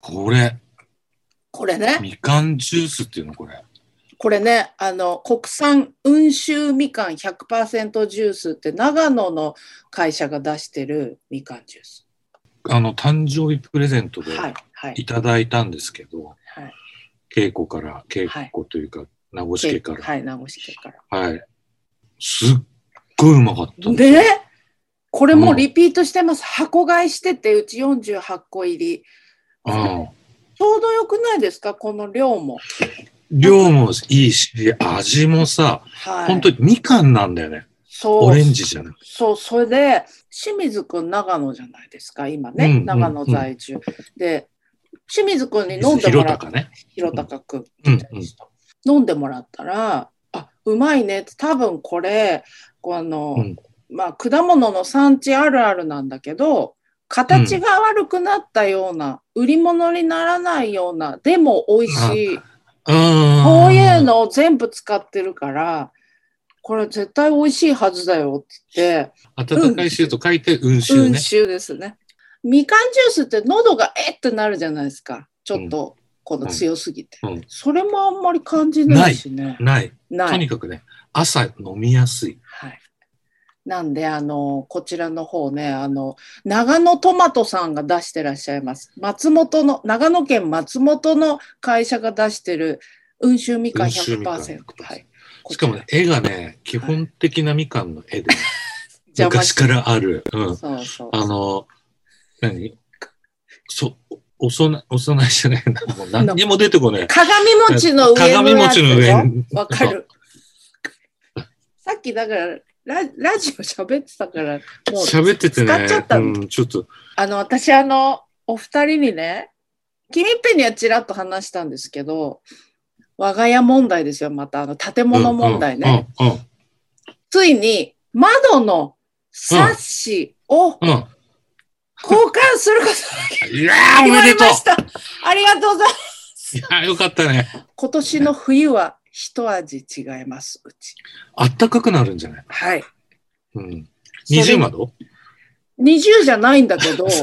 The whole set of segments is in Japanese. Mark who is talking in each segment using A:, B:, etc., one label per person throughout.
A: これ、
B: これね、
A: みかんジュースっていうのこれ。
B: これね、あの、国産温州みかん100%ジュースって長野の会社が出してるみかんジュース。
A: あの、誕生日プレゼントで
B: はい、はい、
A: いただいたんですけど、
B: はい。
A: 稽古から、稽古というか、名越家から、
B: はい、名越家から。
A: はい。すっごいうまかったんですよ
B: で、これもうリピートしてます。箱買いしてて、うち48個入り。
A: うん。
B: ちょうどよくないですかこの量も。
A: 量もいいし、味もさ、
B: はい。
A: 本当にみかんなんだよね。
B: そう。
A: オレンジじゃなくて。
B: そう、それで、清水くん長野じゃないですか、今ね、
A: うん
B: 長野在住。で、清水くんに飲んでも
A: 広
B: らっ
A: 高ね。
B: 広高くん、
A: うん
B: 飲んでもらったら、あ、うまいねって、多分これ、この、
A: うん
B: まあ、果物の産地あるあるなんだけど、形が悪くなったような、売り物にならないような、でも美味しい、
A: うん。
B: こういう。のを全部使ってるから、これ絶対美味しいはずだよって言って、
A: 暖かい州と書いて、温州
B: 温
A: ね。
B: 州ですね。みかんジュースって喉がえってなるじゃないですか。ちょっと、この強すぎて、
A: うんうん
B: それもあんまり感じないしね。
A: ない。
B: な
A: と
B: い。
A: にかくね、朝飲みやすい。
B: はい。なんで、あの、こちらの方ね、あの、長野トマトさんが出してらっしゃいます。松本の、長野県松本の会社が出してる、温州みかん
A: 温州みかん
B: 100%。はい。
A: しかもね、絵がね、基本的なみかんの絵で、
B: 邪魔
A: 昔
B: し
A: からある。うん。
B: そうそう。
A: あの、何そ、おそな、お供えじゃない な。もう何にも出てこない。
B: 鏡餅の上の
A: 鏡
B: やつ
A: 餅の
B: でしょ
A: 上に
B: わかる。さっきだからララジオ喋ってたから、もう
A: 喋ってて
B: 使っ
A: ね
B: ちゃった、
A: う
B: の
A: ん、ちょっと、
B: あの私あのお二人にね、君っぺにはちらっと話したんですけど、我が家問題ですよ、またあの建物問題ね。
A: うん。うん、
B: ついに窓のサッシ
A: う
B: を
A: ん、うん。
B: 交換すること
A: いやー、
B: が
A: お
B: 決ま
A: め
B: り
A: でとう
B: ました。ありがとうございます。
A: いやー、よかったね。
B: 今年の冬は一味違います、うち。
A: あったかくなるんじゃない
B: はい。
A: うん。
B: それ
A: 二重窓
B: 20じゃないん だけど、なん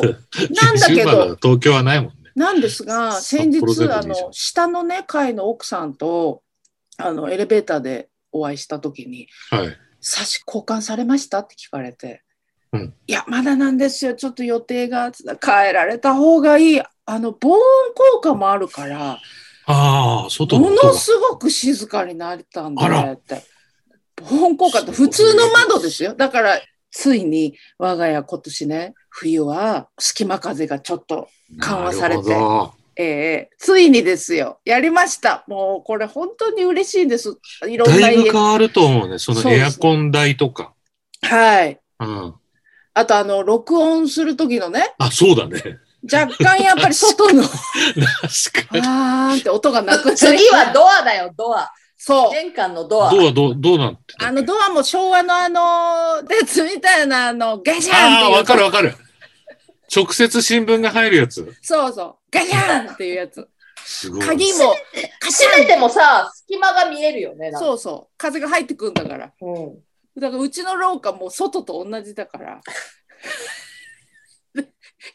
B: だけ
A: 20窓は
B: ど、
A: 東京はないもんね。
B: なんですが、
A: 札
B: 先
A: 幌全
B: 日、
A: 部
B: あ
A: 20
B: の、下のね、階の奥さんと、あの、エレベーターでお会いしたときに、
A: はい。
B: 差し交換されましたって聞かれて、
A: うん
B: いや、まだなんですよ、ちょっと予定が、変えられた方がいい。あの、防音効果もあるから、
A: ああ、外の
B: も
A: 音が
B: のすごく静かになったんだ
A: あら
B: ねって。防音効果って普通の窓ですよ。だから、ついに我が家今年ね、冬は隙間風がちょっと緩和されて
A: なるほ
B: えーついにですよ、やりました。もうこれ本当に嬉しいんです。いろ
A: ど。
B: ん
A: だ
B: ない
A: ぶ
B: 家
A: 変。わると思うね。その
B: そう
A: エ
B: です
A: アコン代とか。
B: はい。
A: うん。
B: あとあの、録音する時のね、
A: あ、そうだね。
B: 若干やっぱり外の、
A: 確かに。
B: あーんって音がなくなる
C: 次はドアだよ、ドア。
B: そう。
C: 玄関のドア。
A: どうどう、どうなってた
B: あのドアも昭和のあの、鉄みたいなあの、ガシャンって
A: ああ、
B: いう。
A: わかるわかる。直接新聞が入るやつ。
B: そうそう。ガシャンっていうやつ。
A: すごい。
B: 鍵も、カシ
C: 閉
B: ャ
C: め
B: ン
C: てもさ、隙間が見えるよね。なんか
B: そうそう。風が入ってくるんだから。
C: うん。
B: だからうちの廊下も外と同じだから。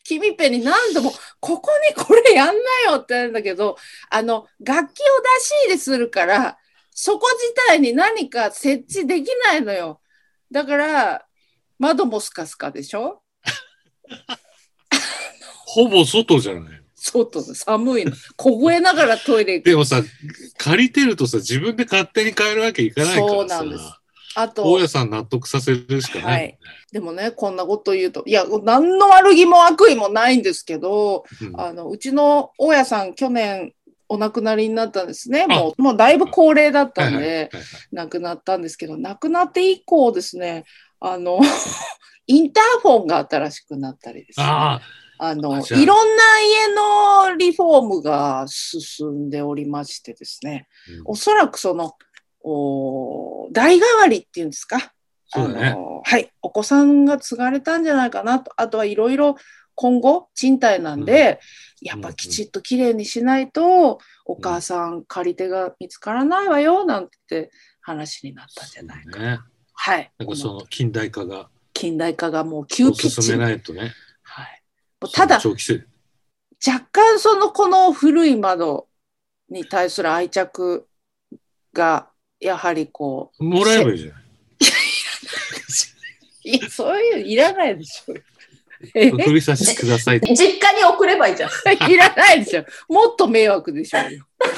B: 君ペに何度も「ここにこれやんなよ」って言うんだけどあの楽器を出し入れするからそこ自体に何か設置できないのよだから窓もスカスカでしょ
A: ほぼ外じゃない。
B: 外で寒いの凍えながらトイレ行く
A: でもさ、借りてるとさ、自分で勝手に変えるわけいかないからさ。
B: そうなんですあと
A: 大家さん納得させるしかないもんね。
B: でもねこんなこと言うといや何の悪気も悪意もないんですけど
A: うん
B: あのうちの大家さん去年お亡くなりになったんですね
A: あ
B: もうもうだいぶ高齢だったんで、
A: はいはいはいはい
B: 亡くなったんですけど亡くなって以降ですねあの インターフォンが新しくなったりですね
A: あ
B: あの
A: あ
B: い
A: じゃあ
B: ろんな家のリフォームが進んでおりましてですね
A: あ、うん
B: おそらくそのお代替わりっていうんですか
A: そうだ
B: あ
A: ね。
B: のはい、お子さんが継がれたんじゃないかなと、あとはいろいろ今後、賃貸なんで、やっぱきちっときれいにしないと、お母さん、借り手が見つからないわよなんて話になったんじゃないか。
A: ね。
B: はい、
A: なんかそ
B: この
A: の近代化が
B: 近代化がもう急
A: お
B: ピッ
A: すす
B: チ
A: め
B: に、
A: ないとね。
B: はい、もうただ、
A: 長期性。
B: 若干そのこの古い窓に対する愛着がやはりこう
A: もらえばいいじゃない。
B: いやそういういらないでし ょえ
A: 首差しくださいって。
C: 実家に送ればいいじゃん。
B: いらないでしょもっと迷惑でしょ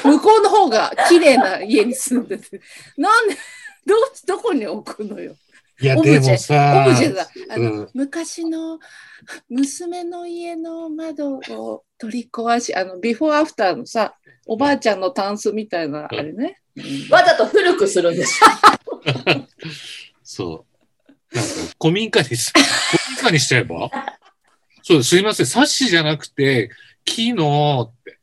B: 向こうの方が綺麗な家に住んでてなんで どうどこに置くのよ
A: いや、
B: オブジェ
A: でもさ
B: オブジェだ。あの、
A: うん
B: 昔の娘の家の窓を取り壊し、あの、ビフォーアフターのさ、おばあちゃんのタンスみたいな、あれね。
C: わざと古くするんです。
A: そう。なんか、古民家にす、 古民家にしちゃえばそうです。すいません。サッシじゃなくて、木の、って。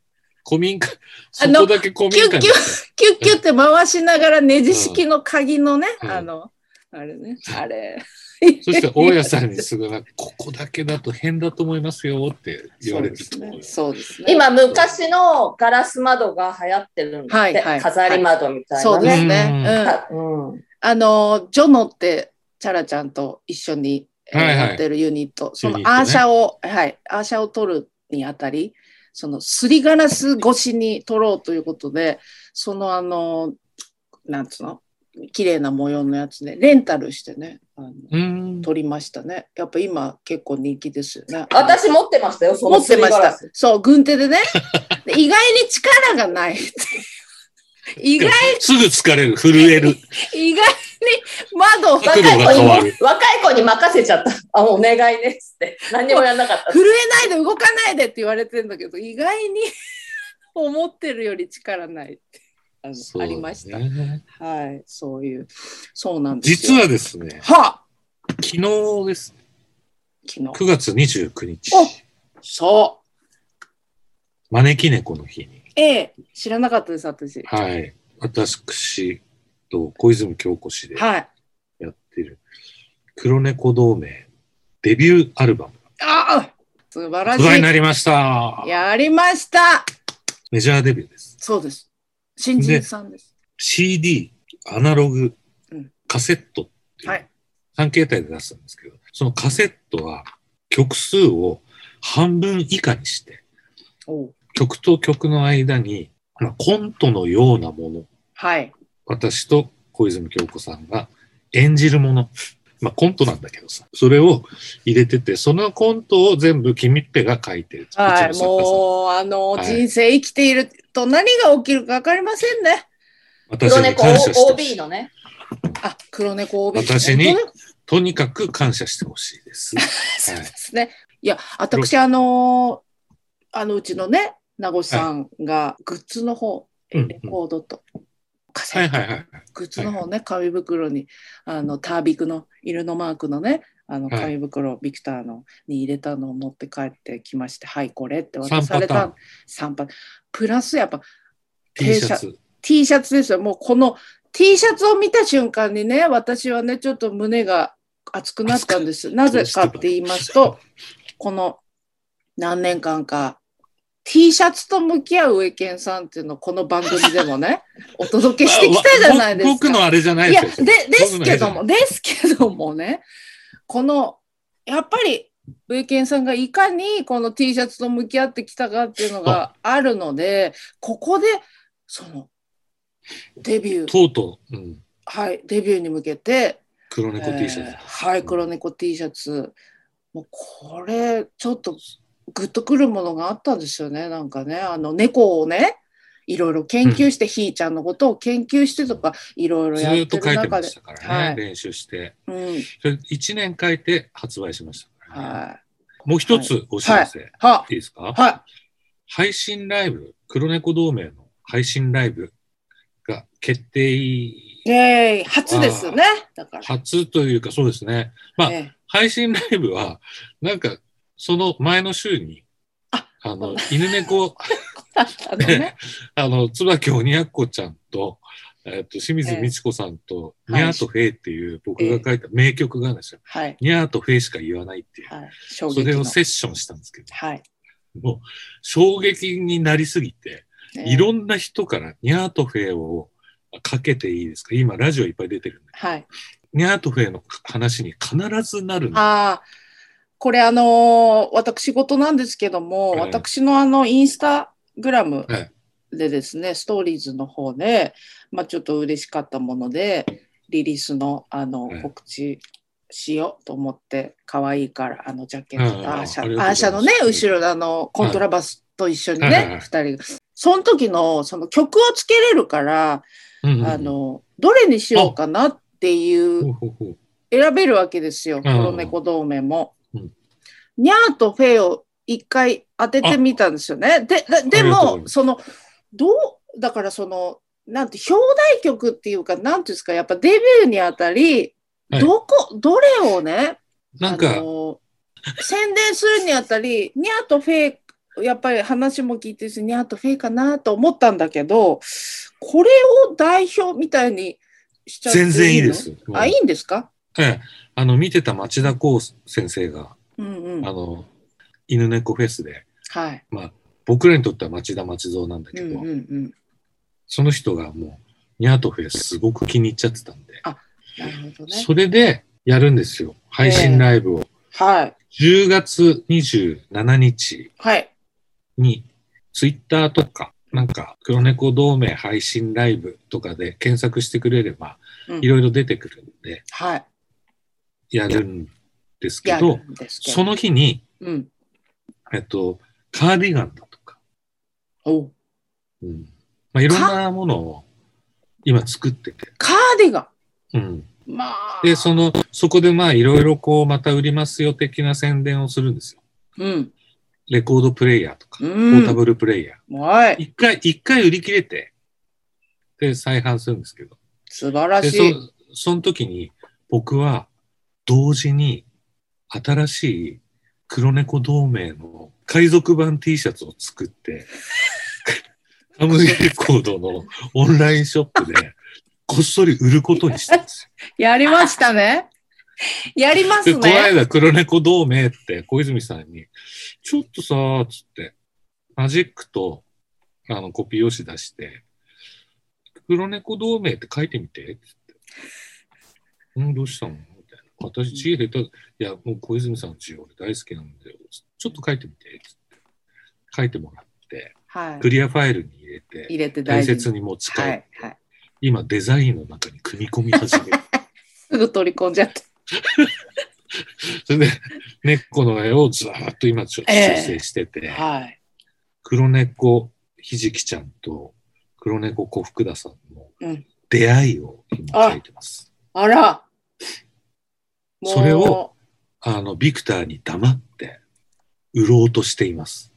A: 古民家、そ
B: あの
A: こだけ古民家に
B: キュキュッキュッって回しながらネジ式の鍵のね、
A: うん
B: あの、あれ ね、あれ。
A: そして、大家さんにすぐな、ここだけだと変だと思いますよって言われてると思うよ
B: そうですね。
C: 今、昔のガラス窓が流行ってるんで、
B: はいはい
C: 飾り窓みたい
B: そ
C: な
B: うです
C: ね。
B: ね。
A: う
B: うん。
C: かうん
B: あの、ジョノって、チャラちゃんと一緒にえー
A: はいはい
B: やってるユニット、その
A: ユニットね
B: アーシャを、はい、アーシャを取るにあたり、そのすりガラス越しに取ろうということで、そのあの、なんつうの、綺麗な模様のやつね、レンタルしてね、あの
A: うん。
B: 取りましたね。やっぱ今結構人気ですよね。
C: 私持ってましたよ、そ
B: 持
C: の
B: って
C: すり
B: ま
C: ガ
B: し
C: ラ
B: た
C: ス。。
B: そう、軍手でね。で意外に力がないっていう。 意外、
A: すぐ疲れる、震える。
B: 意外に窓を
A: 角度が変わる。
C: 若い子に任せちゃった。あ、お願いですって。何もやんなかった。
B: 震えないで動かないでって言われてんだけど意外に思ってるより力ないってあの
A: そう
B: あ
A: だね
B: りました、はいそういうそうなんです
A: 実
B: よ
A: はですね、
B: は
A: 昨日です。
B: 昨日
A: 9月29日、
B: そ
A: 招き猫の日に、
B: うええ知らなかったです私は
A: はい、私と小泉京子氏で
B: い
A: やってる、黒猫同盟デビューアルバム、
B: ああ素晴ら
A: 話題に
B: し
A: なりました
B: い。やりました
A: メジャーデビューです。
B: そうです新人さんです、
A: CD、アナログ
B: うん、
A: カセットってい
B: は
A: う
B: い
A: 3形態で出すんですけど、そのカセットは曲数を半分以下にして、
B: おう
A: 曲と曲の間に、まあ、コントのようなもの
B: はい
A: 私と小泉京子さんが演じるもの。まあコントなんだけどさ。それを入れてて、そのコントを全部君っぺが書いてる。
B: は
A: うちの作家
B: い
A: さん
B: もうあの、
A: はい
B: 人生生きていると何が起きるか分かりませんね
C: 黒
A: 私に
C: 猫
A: 感謝してほ
C: OB
A: しい。
C: のね。
B: あ黒猫帯
A: 私に
B: 本当だ
A: とにかく感謝してほしいです。
B: そう
A: は
B: で
A: い。
B: すね。いや、私、あのーあのうちのね、名越さんがグッズの方、
A: うんうん
B: レコードと、カセ
A: は
B: ッ
A: い
B: ト、
A: はいはい。
B: グッズの方ね、紙袋に、あの、タービクの、犬のマークのね、あの
A: はい
B: 紙袋、ビクターのに入れたのを持って帰ってきまして、はい、これって渡
A: 3
B: さ
A: パ
B: れ
A: ターン
B: た。3パプラスやっぱ
A: T シャツ。
B: T シャツですよ。もうこの T シャツを見た瞬間にね、私はね、ちょっと胸が熱くなったんです。なぜかって言いますと、この何年間か T シャツと向き合う上健さんっていうのをこの番組でもね、お届けしてきたじゃないですか。
A: あわ僕のあれじゃない
B: い
A: で
B: や、
A: すよ
B: で、ですけども、ですけどもね、この、やっぱり、ウイケンさんがいかにこの T シャツと向き合ってきたかっていうのがあるので、ここで、その、デビュー、
A: とうとう、うん、
B: はい、デビューに向けて、
A: 黒猫 T シャツ。
B: えーはい、黒猫 T シャツ。もうこれ、ちょっとグッとくるものがあったんですよね、なんかね。あの、猫をね、いろいろ研究して、ひーちゃんのことを研究してとか、いろいろ
A: ず
B: やっ
A: ーってと
B: る
A: 書いて
B: 中
A: ま
B: で
A: し。たか
B: は
A: ら
B: い
A: ね。練習して。
B: うん、
A: それ1年書いて発売しましたからね。
B: はい。
A: もう一つお知らせ。い
B: はい
A: ですか
B: は
A: 配信ライブ、黒猫同盟の配信ライブが決定
B: い。イェーイ初ですね。だから。
A: 初というか、そうですね。まあ
B: ええ
A: 配信ライブは、なんか、その前の週に、
B: あ
A: あ
B: そ
A: の
B: う、
A: 犬猫、
B: あのね
A: あの、椿鬼奴ちゃんと、えっと、清水美智子さんと、
B: え
A: ニャーとフェイっていう僕が書いた名曲があるんですよ。
B: はい。
A: ニャーとフェイしか言わないっていう。
B: はい。衝
A: そ
B: 撃
A: れ
B: の。
A: をセッションしたんですけ
B: はい。
A: ど、もう衝撃になりすぎて、
B: ええ
A: いろんな人からニャートフェイをかけていいですか今ラジオいっぱい出てるんで。
B: はい。
A: ニャートフェイの話に必ずなるんで
B: ああ。これあのー私事なんですけども、
A: はい
B: 私のあのインスタグラム
A: はい
B: でですね、ストーリーズの方で、まあちょっと嬉しかったもので、リリースのあの
A: はい
B: 告知しようと思って、可愛いから、あのジャケットと
A: ああ
B: アーシ
A: あり
B: ャ、
A: がとう
B: アー
A: ご
B: シ
A: ざいま
B: ャの
A: す
B: ね、後ろのあのコントラバスと一緒に
A: はいはいは
B: ね
A: い、
B: 二、人が。その時のその曲をつけれるから、
A: うんうん
B: あの、どれにしようかなっていう
A: ほうほうほう
B: 選べるわけですよ、黒猫同盟も
A: うん。
B: にゃーとフェイを一回当ててみたんですよね。で、でで
A: ありがとうござい
B: も、
A: ます
B: その、どう、だからその、なんて、表題曲っていうか、なんていうんですか、やっぱデビューにあたり、
A: はい
B: どこ、どれをね、
A: なん
B: あ
A: か、
B: の宣伝するにあたり、にゃーとフェイ、やっぱり話も聞いてるし、にゃーとフェイかなと思ったんだけど、これを代表みたいにしちゃっていい
A: 全
B: の
A: 然いいで。す。うん
B: あ、いいんですか
A: ええあの、見てた町田光先生が、
B: うんう
A: あ
B: ん。
A: の、犬猫フェスで、
B: はい。
A: 僕らにとっては町田町蔵なんだけ
B: うん
A: ど、
B: うんうん。
A: その人がもう、ニャートフェスすごく気に入っちゃってたんで、
B: なるほどね。
A: それでやるんですよ。配信ライブを。
B: はい。
A: 10月27日
B: はい。
A: に、ツイッターとか、なんか、黒猫同盟配信ライブとかで検索してくれれば
B: う、ん
A: いろいろ出てくるんで、
B: はい。
A: やるんですけ
B: や
A: ど
B: る、んですけど。
A: その日に、
B: うん。
A: えっと、カーディガンだとか、
B: お
A: うんまあ、いろんなものを今作ってて、
B: カーディガ
A: うん、
B: ン。まあ。
A: で、その、そこでまあいろいろこう、また売りますよ的な宣伝をするんですよ。
B: うん。
A: レコードプレイヤーとか、
B: う
A: ポ
B: ん
A: ータブルプレイヤー。
B: はい。
A: 一回、一回売り切れて、で、再販するんですけど。
B: 素晴ら
A: で、
B: しい。
A: そ、その時に、僕は、同時に、新しい黒猫同盟の海賊版 T シャツを作 って、カムイレコードのオンラインショップで、こっそり売ることにしたんですよ
B: やりまし たね。やりま
A: で、
B: す
A: この
B: ね。
A: 間、黒猫同盟って、小泉さんに、ちょっとさ、つって、マジックと、あの、コピー用紙出して、黒猫同盟って書いてみて、つって。んどうしたのみたいな。私、字下手、いや、もう小泉さんの字俺大好きなんだよ。ちょっと書いてみて、つって。書いてもらって、
B: はい
A: ク。リアファイルに入れて、
B: 入れて
A: 大
B: 大事
A: 切
B: に。
A: に持ち帰って、
B: はい。はい。
A: 今デザインの中に組み込み始める。
B: すぐ取り込んじゃった。
A: それで、猫の絵をずーっと今ちょっと
B: ええ
A: 修正してて、
B: はい。
A: 黒猫ひじきちゃんと黒猫小福田さんの
B: うん
A: 出会いを今書いてます。
B: あら。もう
A: それを。あの、ビクターに黙って売ろうとしています。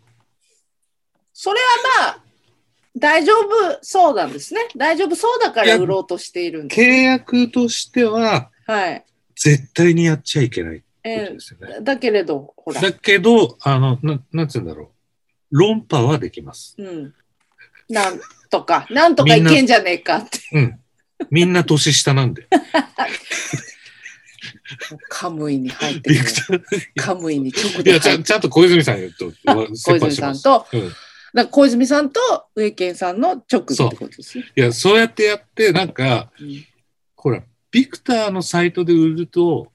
B: それはまあ、大丈夫そうなんですね。大丈夫そうだから売ろうとしているんです
A: 契。約としては
B: はい。
A: 絶対にやっちゃいけないってこ
B: え
A: とですよね。
B: ーだけれど、ほら。
A: だけど、あの、ななんつうんだろう。論破はできます。
B: うん。なんとか、なんとかいけんじゃねえかって。
A: うん。みんな年下なん で。
B: カムイに入ってく
A: ビ
B: る
A: ク。ター。
B: カムイに直
A: い
B: で
A: や、ち
B: 入
A: ゃ
B: っ
A: ん
B: て
A: ちゃんと小泉さん言うと、
B: 小
A: 切羽
B: 泉
A: し
B: さ
A: ま
B: ん
A: す。
B: と、
A: うん
B: だから小泉さんと上健さんの直でってことですね。
A: いや、そうやってやって、なんか、ほら、ビクターのサイトで売ると、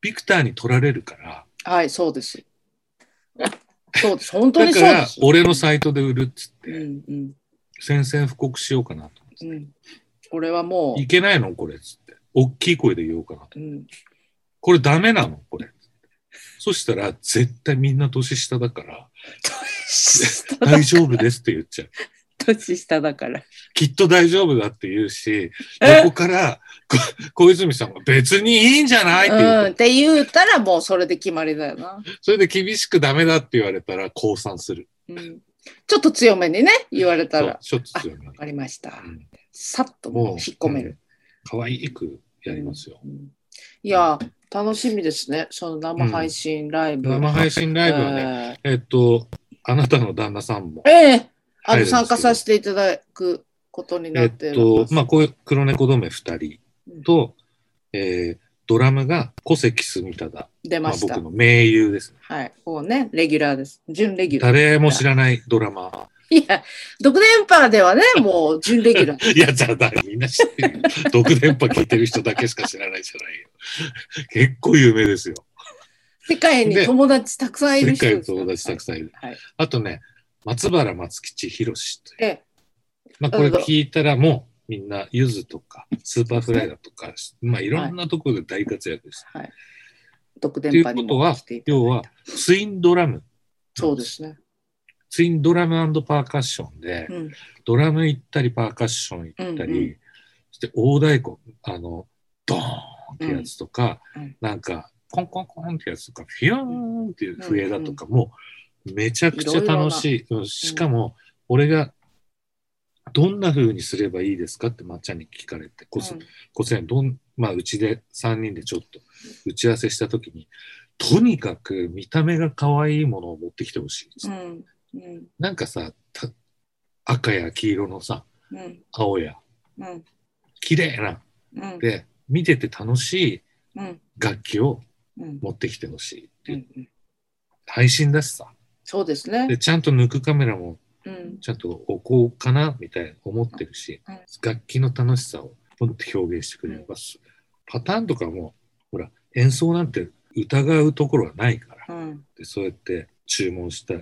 A: ビクターに取られるから、
B: うんはい、そうです。そうです。本当
A: だ
B: に
A: か
B: そうで
A: ら
B: す、。
A: 俺のサイトで売るっつっ
B: う
A: て、
B: んうん
A: 宣戦布告しようかなと思って
B: うん。これはも
A: いけないのこれっつって。大きい声で言おうかなと。
B: う、うん、
A: これダメなのこれ。そしたら、絶対みんな年下だ から、
B: 下だ
A: 大丈夫ですって言っちゃう。
B: 年下だから。
A: きっと大丈夫だって言うし、
B: え
A: 横から、こ小泉さんが別にいいんじゃないって言うから
B: うん、って言うたらもうそれで決まりだよな。
A: それで厳しくダメだって言われたら降参する。
B: うん、ちょっと強めにね、言われたら。わ
A: そう、しょっちゅうね。
B: かりました
A: う。ん
B: さっと
A: もう
B: 引っ込める。
A: 可愛くやりますよ。
B: うんいや、楽しみですね。その生配信ライブ。
A: 生配信ライブはね、えっと、あなたの旦那さんも
B: えー、、え
A: 入
B: えあ
A: るん
B: の
A: ですけど
B: 参加させていただくことにな
A: え
B: っ
A: ってと、まあ、こういう黒猫同盟二人と、えードラムが小関住忠、
B: 出
A: ま
B: ま
A: あ、
B: した
A: 僕。の盟友ですね。
B: はい。こうね、レギュラーです。準レギュラー。
A: 誰も知らないドラマー。
B: いや、独電波ではね、もう準レギ ュラー。
A: いや、じゃあ、だみんな知 ってるよ。独電波聞いてる人だけしか知らないじゃないよ。結構有名ですよ。
B: 世界に
A: で
B: 友達たくさんいる
A: 世
B: 人
A: 界
B: で
A: の
B: すから
A: 友達たくさんいる。
B: はい。
A: あとね、松原松吉博士という。
B: ええ
A: まあ、これ聞いたらもうみんな、ゆずとか、スーパーフライだとか、まあ、いろんなところで大活躍です。
B: はい。独
A: ってい
B: 電波
A: う
B: に
A: こと
B: も
A: は
B: 来てい、ただい
A: 要
B: て
A: は、ツインドラム。
B: そうですね。
A: ツインドラムパーカッションで、
B: うん。
A: ドラム行ったり、パーカッション行ったり、
B: うんうん
A: そして大太鼓、あの、ドーンってやつとか、
B: うんうん
A: なんか、コンコンコンってやつとか、フィヨーンっていう笛だとかも、めちゃくちゃ楽しい。うんしかも、俺が、どんな風にすればいいですかってまっちゃんに聞かれて、こそこそどん、まあ、うちで3人でちょっと打ち合わせした時に、とにかく見た目が可愛いものを持ってきてほしいっつ
B: う
A: って、
B: ん。うん。
A: なんかさ、た赤や黄色のさ、
B: うん。
A: 青や、
B: うん。
A: 綺麗な、
B: うん。
A: で、見てて楽しい
B: うん。
A: 楽器を
B: うん。
A: 持ってきてほしいって
B: う。
A: いうん配信だしさ。
B: そうですね。
A: で、ちゃんと抜くカメラも
B: うん。
A: ちゃんと置こうかな、みたいな思ってるし
B: うん、
A: 楽器の楽しさをポンって表現してくれれば、パターンとかも、ほら、演奏なんて疑うところはないから、
B: うん。
A: でそうやって注文した。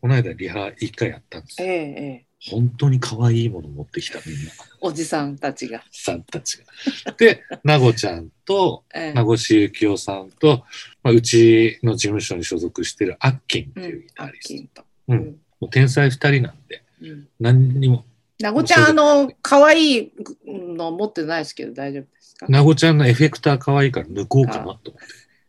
A: この間リハ1回やったんです
B: ええ
A: よ。
B: ええ。
A: 本当に可愛いもの持ってきた、みんな。
B: おじさんたちが。
A: さんたちが。で、なごちゃんと、
B: ええ
A: 名越幸雄さんと、まあ、うちの事務所に所属してるアッキンって
B: う
A: いうんギ。
B: ア
A: タ
B: ッ
A: リ
B: キ
A: ス
B: ンと。
A: ト。うん。もう天才2人なんで、
B: うん。
A: 何にも。
B: なごちゃん、あの、可愛いの持ってないですけど、大丈夫ですか
A: なごちゃんのエフェクター可愛いから抜こうかなと思って。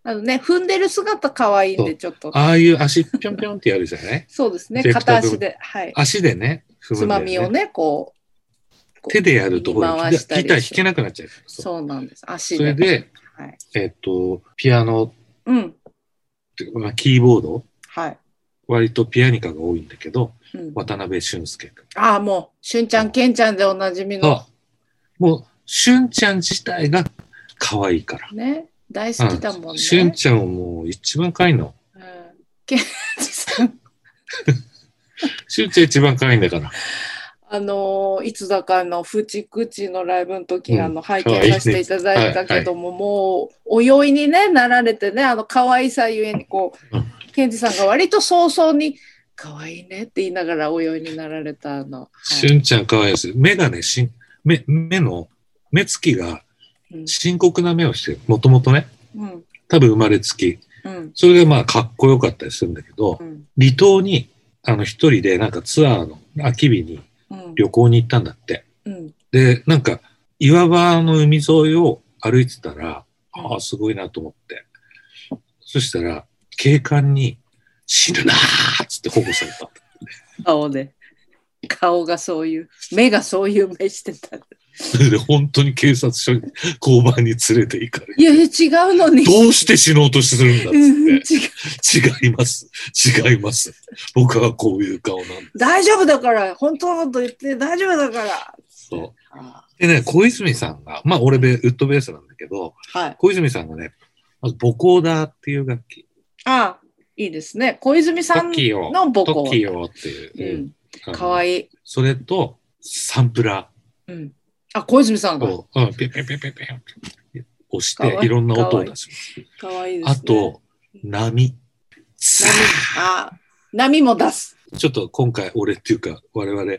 B: あのね、踏んでる姿可愛いん
A: そ
B: で、ちょっと。
A: ああいう足ぴょんぴょんってやるじゃ ない
B: そうですね。
A: エフェクタ
B: 片
A: ー部分
B: 足で、はい。
A: 足でね、踏
B: つ
A: むんだ
B: ま
A: よね
B: みをね、こう。こう
A: 手でやるとほら、
B: 回
A: ギ
B: した
A: タ
B: り
A: ー弾けなくなっちゃうからさ
B: そうなんです。足
A: それ
B: で。
A: で、
B: はい。
A: えっと、ピアノ
B: うん。
A: っていうか、まあ、キーボード、
B: はい。
A: 割とピアニカが多いんだけど、
B: うん、
A: 渡辺俊介君。
B: ああ、もう、しゅんちゃん、けんちゃんでおなじみの
A: あ、もう、しゅんちゃん自体が可愛いから。
B: ね、大好きだもんね。
A: しゅんちゃんはもう一番可愛いの。
B: うんけんちさん、
A: しゅんちゃん一番可愛いんだから。
B: あのーいつだかのフチクチのライブの時、
A: うん
B: あの拝見させていただいたけども、もうお酔いに、ね、なられてねあの可愛さゆえにこう、
A: うん
B: ケンジさんが割と早々に「可愛いね」って言いながらお酔いになられたあの、は
A: しゅんちゃん可愛いです。目がね、しん目、目の、目つきが
B: いうん
A: 深刻な目をしてる。もともとね、
B: うん
A: 多分生まれつき。
B: うん
A: それがまあかっこよかったりするんだけど
B: う、ん
A: 離島に、あの一人でなんかツアーの秋日に
B: うん
A: 旅行に行ったんだって。
B: うん
A: で、なんか岩場の海沿いを歩いてたら、ああ、すごいなと思って。そしたら、警官に死ぬなーっつって保護された。
B: 顔で顔がそういう目がそういう目してた
A: それで本当に警察署に交番に連れて行かれ
B: いやい
A: て。
B: や違うのに
A: どうして死のうとするんだっ
B: うん違う
A: つって。違います。違います。僕はこういう顔なんです。
B: 大丈夫だから本当のこと言って大丈夫だから
A: そう
B: あ
A: でね、小泉さんが、まあ俺べ、ウッドベースなんだけど、
B: はい
A: 小泉さんがね、まずボコーダーっていう楽器。
B: あいいですね小泉
A: ト
B: さん
A: ッキーを、
B: の母
A: トッ
B: 校
A: キーをっていうう。
B: んかわ
A: いい。
B: いい、
A: それと、サンプラー。
B: うん、あ小泉さんが
A: こう、うん、ピュンピュンピュンピュンピュンって押し
B: かわい
A: て
B: い
A: いろんな音を出します。
B: かわいいです、ね、
A: あと、波。ザ
B: 波あ波も出す、
A: ーちょっと今回俺っていうか我々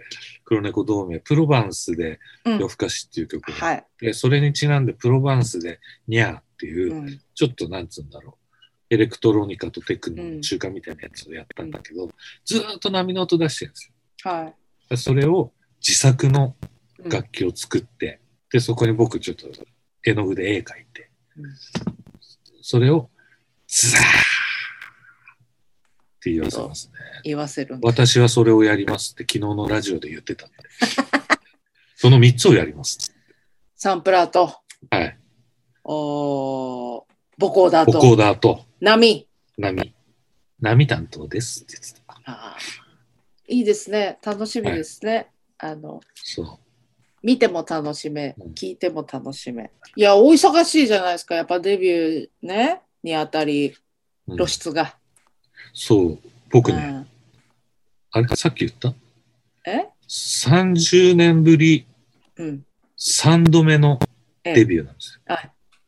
A: 黒猫同盟プロヴァンスで
B: うん
A: 夜更かしっていう曲があっ
B: はい、
A: て、それにちなんでプロヴァンスでニャーっていう、
B: うん
A: ちょっとなんつうんだろうエレクトロニカとテクノの中間みたいなやつをやったんだけど、ずーっと波の音出してるんですよ
B: はい
A: だからそれを自作の
B: うん
A: 楽器を作って、で、そこに僕ちょっと絵の具で絵描いて、
B: うん
A: それをズラーって言わせますね。
B: 言わせるんだ
A: 私はそれをやりますって昨日のラジオで言ってたん で。その3つをやります。
B: サンプラーと
A: はい。
B: おー母校だ
A: ボコ
B: と
A: ーダーと
B: 波
A: 波。波担当ですって言ってた。
B: あーいいですね楽しみですね、あの
A: そ
B: 見ても楽しめ
A: うん、
B: 聞いても楽しめ。いや、お忙しいじゃないですか、やっぱデビューね、にあたり、
A: う。うん
B: 露出が。
A: そう。僕ね、
B: うん
A: あれさっき言った
B: え
A: ?30 年ぶり
B: うん。
A: 3度目のデビューなんですよ。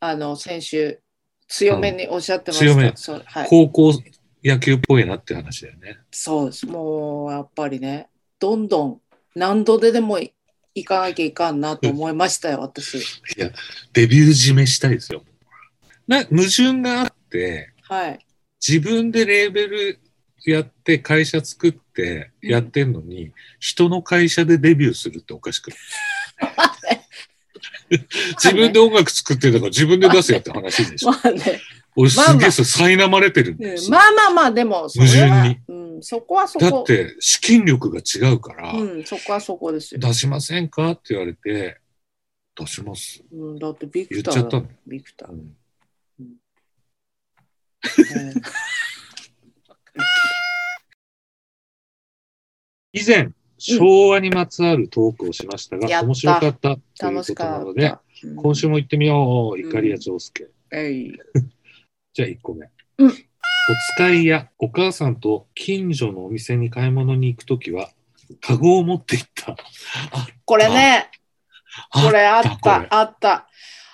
B: あの、先週、強めにおっしゃってました。
A: 強め
B: そう、はい、
A: 高校野球っぽいなって話だよね。
B: そうです。もうやっぱりね、どんどん何度ででもい行かなきゃいかんなと思いましたよ、私。
A: デビュー締めしたいですよ。な矛盾があって、
B: はい。
A: 自分でレーベルやって会社作ってやってんのに、人の会社でデビューするっておかしく ない自分で音楽作ってたから自分で出せよって話でしょ。
B: まあね、
A: 俺す
B: まあ
A: げ
B: ま
A: え
B: あ
A: それ苛まれてるん
B: う
A: で
B: ん
A: すよ。
B: まあまあまあ、でもそれは、
A: 矛盾
B: うん、そこはそこ。
A: だって資金力が違うから、
B: うん、そこはそこですよ。
A: 出しませんかって言われて、出します。
B: うん、だってビ
A: 言
B: ク
A: っ
B: タ
A: ちゃ
B: ー
A: ったの。
B: ビクター
A: う。ん
B: うん
A: 以前、昭和にまつわるトークをしましたが、
B: やった
A: 面白かった という
B: 楽
A: こ
B: し
A: とな
B: か
A: の
B: っ
A: で
B: た、。うん
A: 今週も行ってみよう、
B: うん
A: 怒りや長介。
B: えい
A: じゃあ1個目。
B: うん
A: お使いやお母さんと近所のお店に買い物に行くときは、カゴを持って行った。
B: これね、これあっ
A: これ
B: た、あった。
A: あ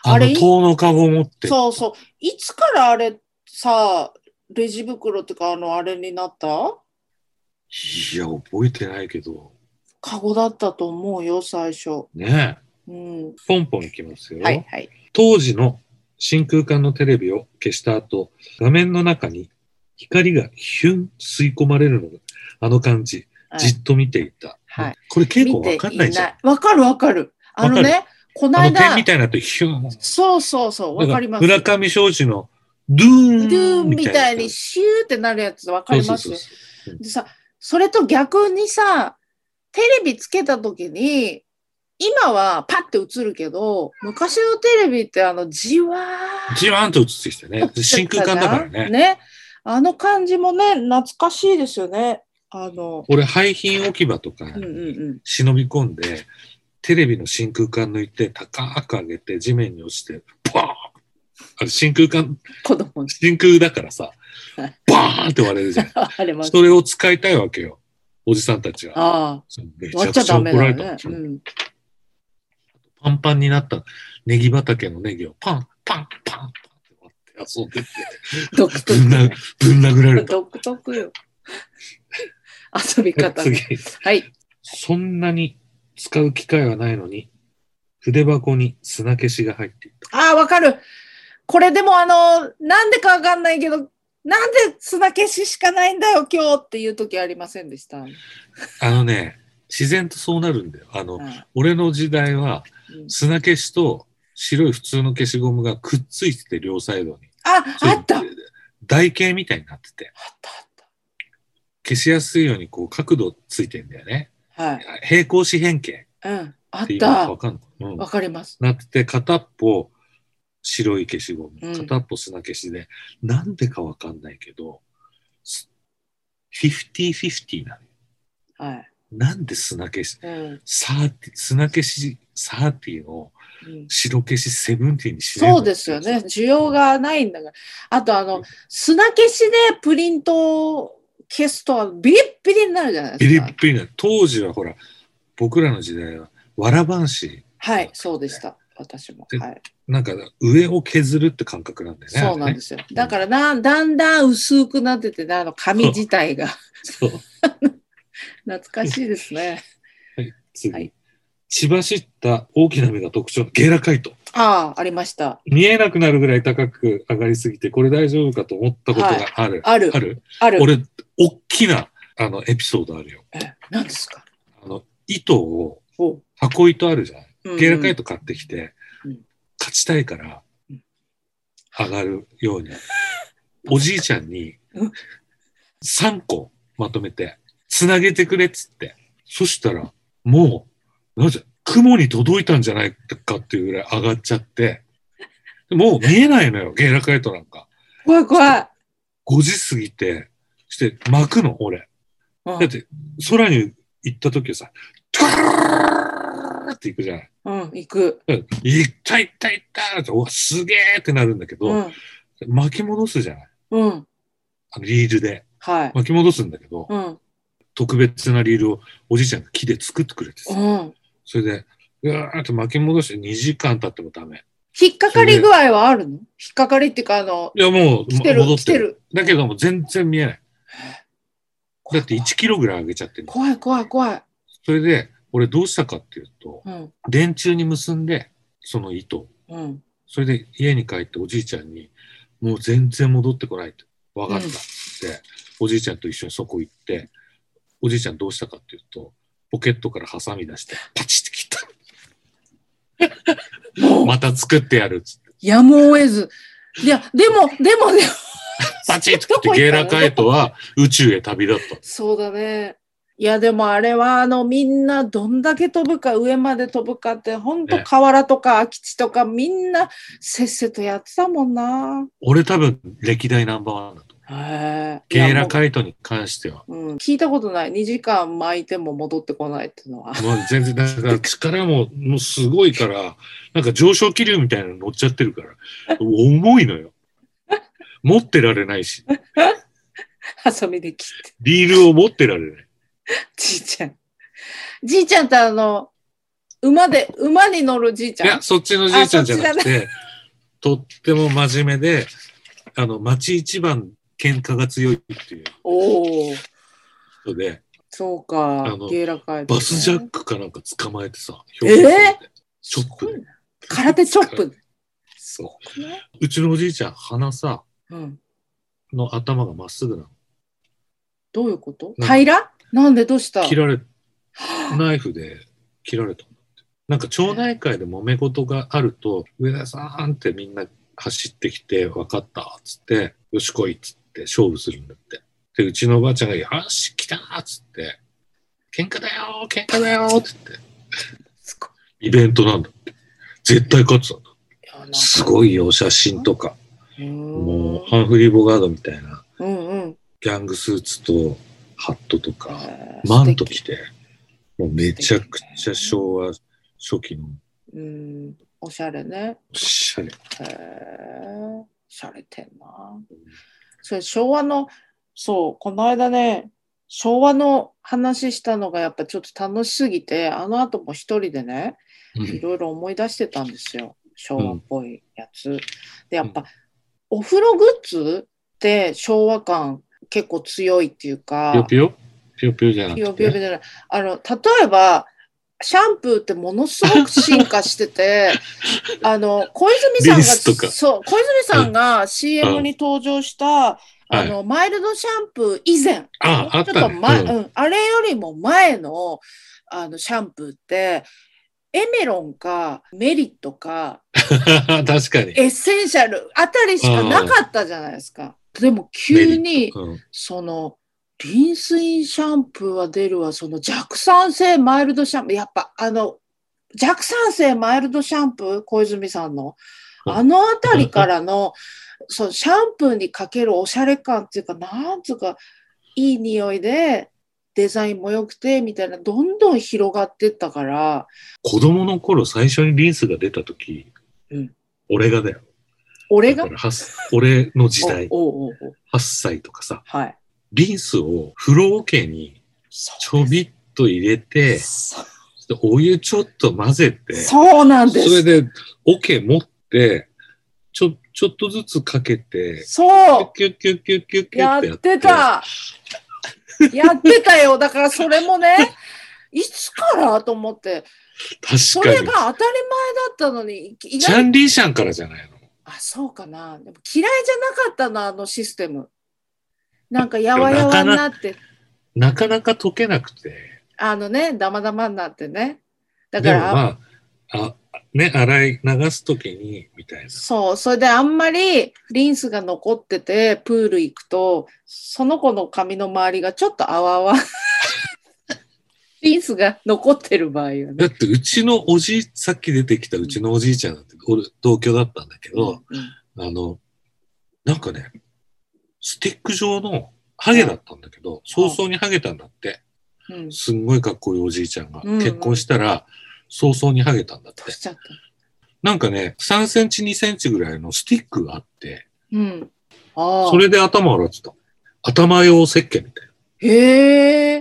B: あ
A: の
B: れ
A: 塔のカゴを持って行っ
B: そうそう。いつからあれさ、レジ袋ってか、あの、あれになった
A: た。いや、覚えてないけど、
B: カゴだったと思うよ、最初。
A: ねえ。
B: うん。
A: ポンポン行きますよ。
B: はいはい。
A: 当時の真空管のテレビを消した後、画面の中に光がヒュン吸い込まれるのが、あの感じ、
B: はい
A: じっと見ていた。
B: はい
A: これ結構
B: 見て
A: わかんないじゃん。
B: わかるわかる。あの
A: わ
B: ね、この
A: あの点
B: 間
A: み、たいなとヒュン。
B: そうそうそう、わかります。
A: 村上昌司のドゥーン
B: ドゥーンみ
A: み
B: た
A: た
B: い
A: いな
B: にシューってなるやつわかります
A: そうそうそうそう
B: でさ、それと逆にさ、テレビつけた時に、今はパッて映るけど、昔のテレビってあの、じわーっ
A: じわーんと映ってきてね。
B: と
A: 真空管だからね。
B: あの感じもね、懐かしいですよね。あの、
A: 俺、廃品置き場とか
B: うんうん
A: に
B: うん。
A: 忍び込んで、テレビの真空管抜いて、高く上げて、地面に落ちて、バーンあれ真空管、
B: 子供に
A: 真空だからさ
B: はい、
A: バーンって割れる じゃん。
B: あれます。
A: それを使いたいわけよ。おじさんたちが。
B: ああ、
A: めち
B: 割
A: ゃ
B: っち
A: く
B: ゃ
A: ちゃ
B: ダ
A: 怒
B: メだ
A: られ
B: よ
A: た
B: ね
A: の。
B: うん。
A: パンパンになったネギ畑のネギをパン、パン、パン、パンって割って遊んでて。
B: 独特
A: ぶんな、ぶん殴られた。
B: 独特よ。遊び 方ね。
A: 次。
B: はい。
A: そんなに使う機会はないのに、筆箱に砂消しが入っていた。
B: ああ、わかる。これでもあの、なんでかわかんないけど、なんで砂消ししかないんだよ、今日っていう時ありませんでした。うん
A: あのね、自然とそうなるんだよ。あの、俺の時代は
B: うん
A: 砂消しと白い普通の消しゴムがくっついてて、両サイドに。
B: あ、
A: それ
B: あった。あったあっ
A: 台形みたいになってて、
B: た
A: 消しやすいようにこう角度ついてんだよね。
B: はい。
A: 平行四辺形
B: うん。あっ
A: っていうの
B: た
A: わ。かんない。うん
B: わかります。
A: なってて、片っぽ白い消しゴ
B: う
A: ム、
B: ん
A: 片っぽ砂消しで、なんでかわかんないけど、す50-50なのよ。
B: はい。
A: なんで砂消し、
B: うん。
A: サーティ、砂消し30を
B: うん
A: 白消し70にしない
B: そうですよね。。需要がないんだから。あと、あの、砂消しでプリントを消すと、ビリッビリになるじゃない
A: ビ
B: で
A: リ
B: すか
A: ッ。ビリな。当時はほら、僕らの時代は、わらばんし、
B: はい、そうでした。私も。
A: で
B: はい、
A: なんか上を削るって感覚なんだよね。
B: そうなん
A: で
B: ですよ。だからな、だんだん薄くなっててね、あの紙自体が。
A: す。そう。
B: 懐かしいですね。
A: 次。
B: はい
A: 千葉知った大きな目が特徴のゲイラカイト。
B: ああ、ありました。
A: 見えなくなるぐらい高く上がりすぎて、これ大丈夫かと思ったことがある。
B: ある
A: あ、る
B: ある。
A: 俺、おっきな、あの、エピソードあるよ。
B: え、何ですか
A: あの、糸を、
B: おう。
A: 箱糸あるじゃない。
B: うんうん
A: ゲイラカイト買ってきて
B: うん、
A: 勝ちたいから
B: うん、
A: 上がるように。おじいちゃんに
B: うん、
A: 3個まとめて、つなげてくれっつって。そしたら、もう、なぜ、雲に届いたんじゃないかっていうぐらい上がっちゃって、もう見えないのよ、ゲイラカイトなんか。
B: 怖い怖い。
A: 5時過ぎて、して巻くの、俺。
B: うん
A: だって、空に行った時はさ、トゥルーって行くじゃない。
B: うん、行く。
A: うん行った行った行ったって、うわ、すげーってなるんだけ
B: う
A: ど、
B: ん、
A: 巻き戻すじゃない
B: うん、
A: あのリールで。
B: はい。
A: 巻き戻すんだけど、
B: うん、
A: 特別なリールをおじいちゃんが木で作ってくれてさ、
B: うん。
A: それで、うわーって巻き戻して2時間経ってもダメ。
B: 引っかかり具合はあるの引っかかりっていうか、あの、
A: いや、もう、
B: 来てる、
A: 戻っ
B: 来
A: て
B: て
A: る。
B: る。
A: だけども、全然見えない。だって1キロぐらい上げちゃってる。
B: 怖い怖い怖い。
A: それで、俺どうしたかっていうと、
B: うん。
A: 電柱に結んで、その糸を。
B: うん。
A: それで家に帰っておじいちゃんに、もう全然戻ってこないって、わかったって、おじいちゃんと一緒にそこ行って、おじいちゃんどうしたかっていうと、ポケットからハサミ出して、パチって切った。また作ってやるっつって。
B: やむを得ず。いや、でも、でも ね、
A: パチって切って、ゲーラカイトは宇宙へ旅立った。
B: そうだね。いや、でもあれは、あの、みんなどんだけ飛ぶか、上まで飛ぶかって、ほんと
A: ね
B: 河原とか空き地とか、みんなせっせとやってたもんな。
A: 俺多分歴代ナンバーワンだと。
B: へえ。
A: ゲー
B: いや
A: ラ
B: もう
A: カイトに関しては、
B: うん、聞いたことない。2時間巻いても戻ってこないっていうのは。
A: もう全然、だから力ももうすごいから、なんか上昇気流みたいなの乗っちゃってるから、重いのよ。持ってられないし、
B: ハサミで切って。
A: リールを持ってられない。
B: じいちゃん。じいちゃんってあの、馬で、馬に乗 るじいち
A: い
B: ゃん
A: や、。そっちのじいちゃんじゃなくて、とっても真面目で、あの、町一番喧嘩が強いっていう
B: おお、
A: 人で、
B: そうか
A: あの。
B: ゲーラカイトね
A: バスジャックかなんか捕まえてさ、
B: えー
A: 標本木でチョップ
B: すご
A: で
B: い。な空手チョップ。
A: そう
B: ね。
A: う。うちのおじいちゃん、鼻さ、
B: うん。
A: の頭がまっすぐなの。
B: どういうこと
A: なんか
B: 平らなんでどうした
A: 切られ、ナイフで切られたんだって。なんか町内会で揉め事があると、上田さんってみんな走ってきて、分かった、っつって、よし来い、っつって勝負するんだって。で、うちのおばあちゃんが、よし、来たっつって、喧嘩だよ喧嘩だよっつって、
B: すごい
A: イベントなんだって。絶対勝つんだ。
B: いやなんか
A: すごいよ、写真とか。
B: うーん
A: もう、ハンフリー・ボガードみたいな、
B: うんうん。
A: ギャングスーツと、ハットとか。
B: えー
A: マント
B: 素
A: 着
B: 敵
A: て、もうめちゃくちゃ昭和初期の
B: うん。おしゃれね。
A: おしゃれ。
B: へえ、しゃれてんな。それ昭和の、そう、この間ね、昭和の話したのがやっぱちょっと楽しすぎて、あの後も一人でね、
A: う
B: い
A: ん
B: ろいろ思い出してたんですよ。昭和っぽいやつ。で、やっぱ、お風呂グッズって昭和感結構強いっていうか
A: ぴ、よぴよぴよぴよじゃな
B: ピヨ
A: く
B: ピヨじ
A: て。
B: ゃない。あの、例えば、シャンプーってものすごく進化して て、あの、小泉
A: リンス
B: さ
A: と
B: んが、
A: か
B: そう、小泉さんが CM に登場した、あの、マイルドシャンプー以前、
A: あ、あっ
B: ちょ
A: た
B: っと前、
A: ね。
B: うん、あれよりも前の、あの、シャンプーって、エメロンかメリットか
A: うん 確かに。
B: エッセンシャルあたりしかなかったじゃないですか。でも急に
A: うん
B: そのリンスインシャンプーは出るわその弱酸性マイルドシャンプーやっぱあの弱酸性マイルドシャンプー小泉さんの
A: うん
B: あの辺りからのそのシャンプーにかけるおしゃれ感っていうかなんつうかいい匂いでデザインも良くてみたいなどんどん広がってったから
A: 子供の頃最初にリンスが出た時
B: うん、
A: 俺がだよ。
B: 俺
A: だ
B: が
A: からはっ俺の時代、
B: おおうおうおう
A: 8歳とかさ、
B: はい
A: リンスを風呂桶にちょびっと入れて、
B: そ
A: でお湯ちょっと混ぜて、
B: そうなんです
A: それで、桶持って、ちょ、ちょっとずつかけて、
B: そう
A: キュッキュッキュッキュッキュッ
B: や
A: って
B: って。た。 やってたよ。だからそれもね、いつからと思って、そ
A: 確
B: れ
A: か
B: が当
A: に
B: たり前。だったのに、意
A: チャ
B: 外に
A: ンリーシャンからじゃないの
B: あ、そうかな。でも嫌いじゃなかったな、あのシステム。なんかやわや
A: な
B: わ
A: か
B: に
A: な
B: なって、
A: なかなか溶けなくて。
B: あのね、だまだまになってね。だ
A: で
B: か
A: も
B: ら、
A: まあ、あ、ね、洗い流すときに、みたいな。
B: そう、それであんまりリンスが残ってて、プール行くと、その子の髪の周りがちょっとあわあわ。リンスが残ってる場合はね。
A: だって、うちのおじい、さっき出てきたうちのおじいちゃんだって、俺、同居だったんだけど、
B: うんうん
A: あの、なんかね、スティック状のハゲだったんだけど、早々にハゲたんだって。
B: うん、
A: すんごいかっこいいおじいちゃんが、
B: うんうん
A: 結婚したら早々にハゲたんだって。
B: 年ちゃった。
A: なんかね、3センチ、2センチぐらいのスティックがあって、
B: うん。ああ。
A: それで頭洗ってた。頭用石鹸みたいな。
B: へえ。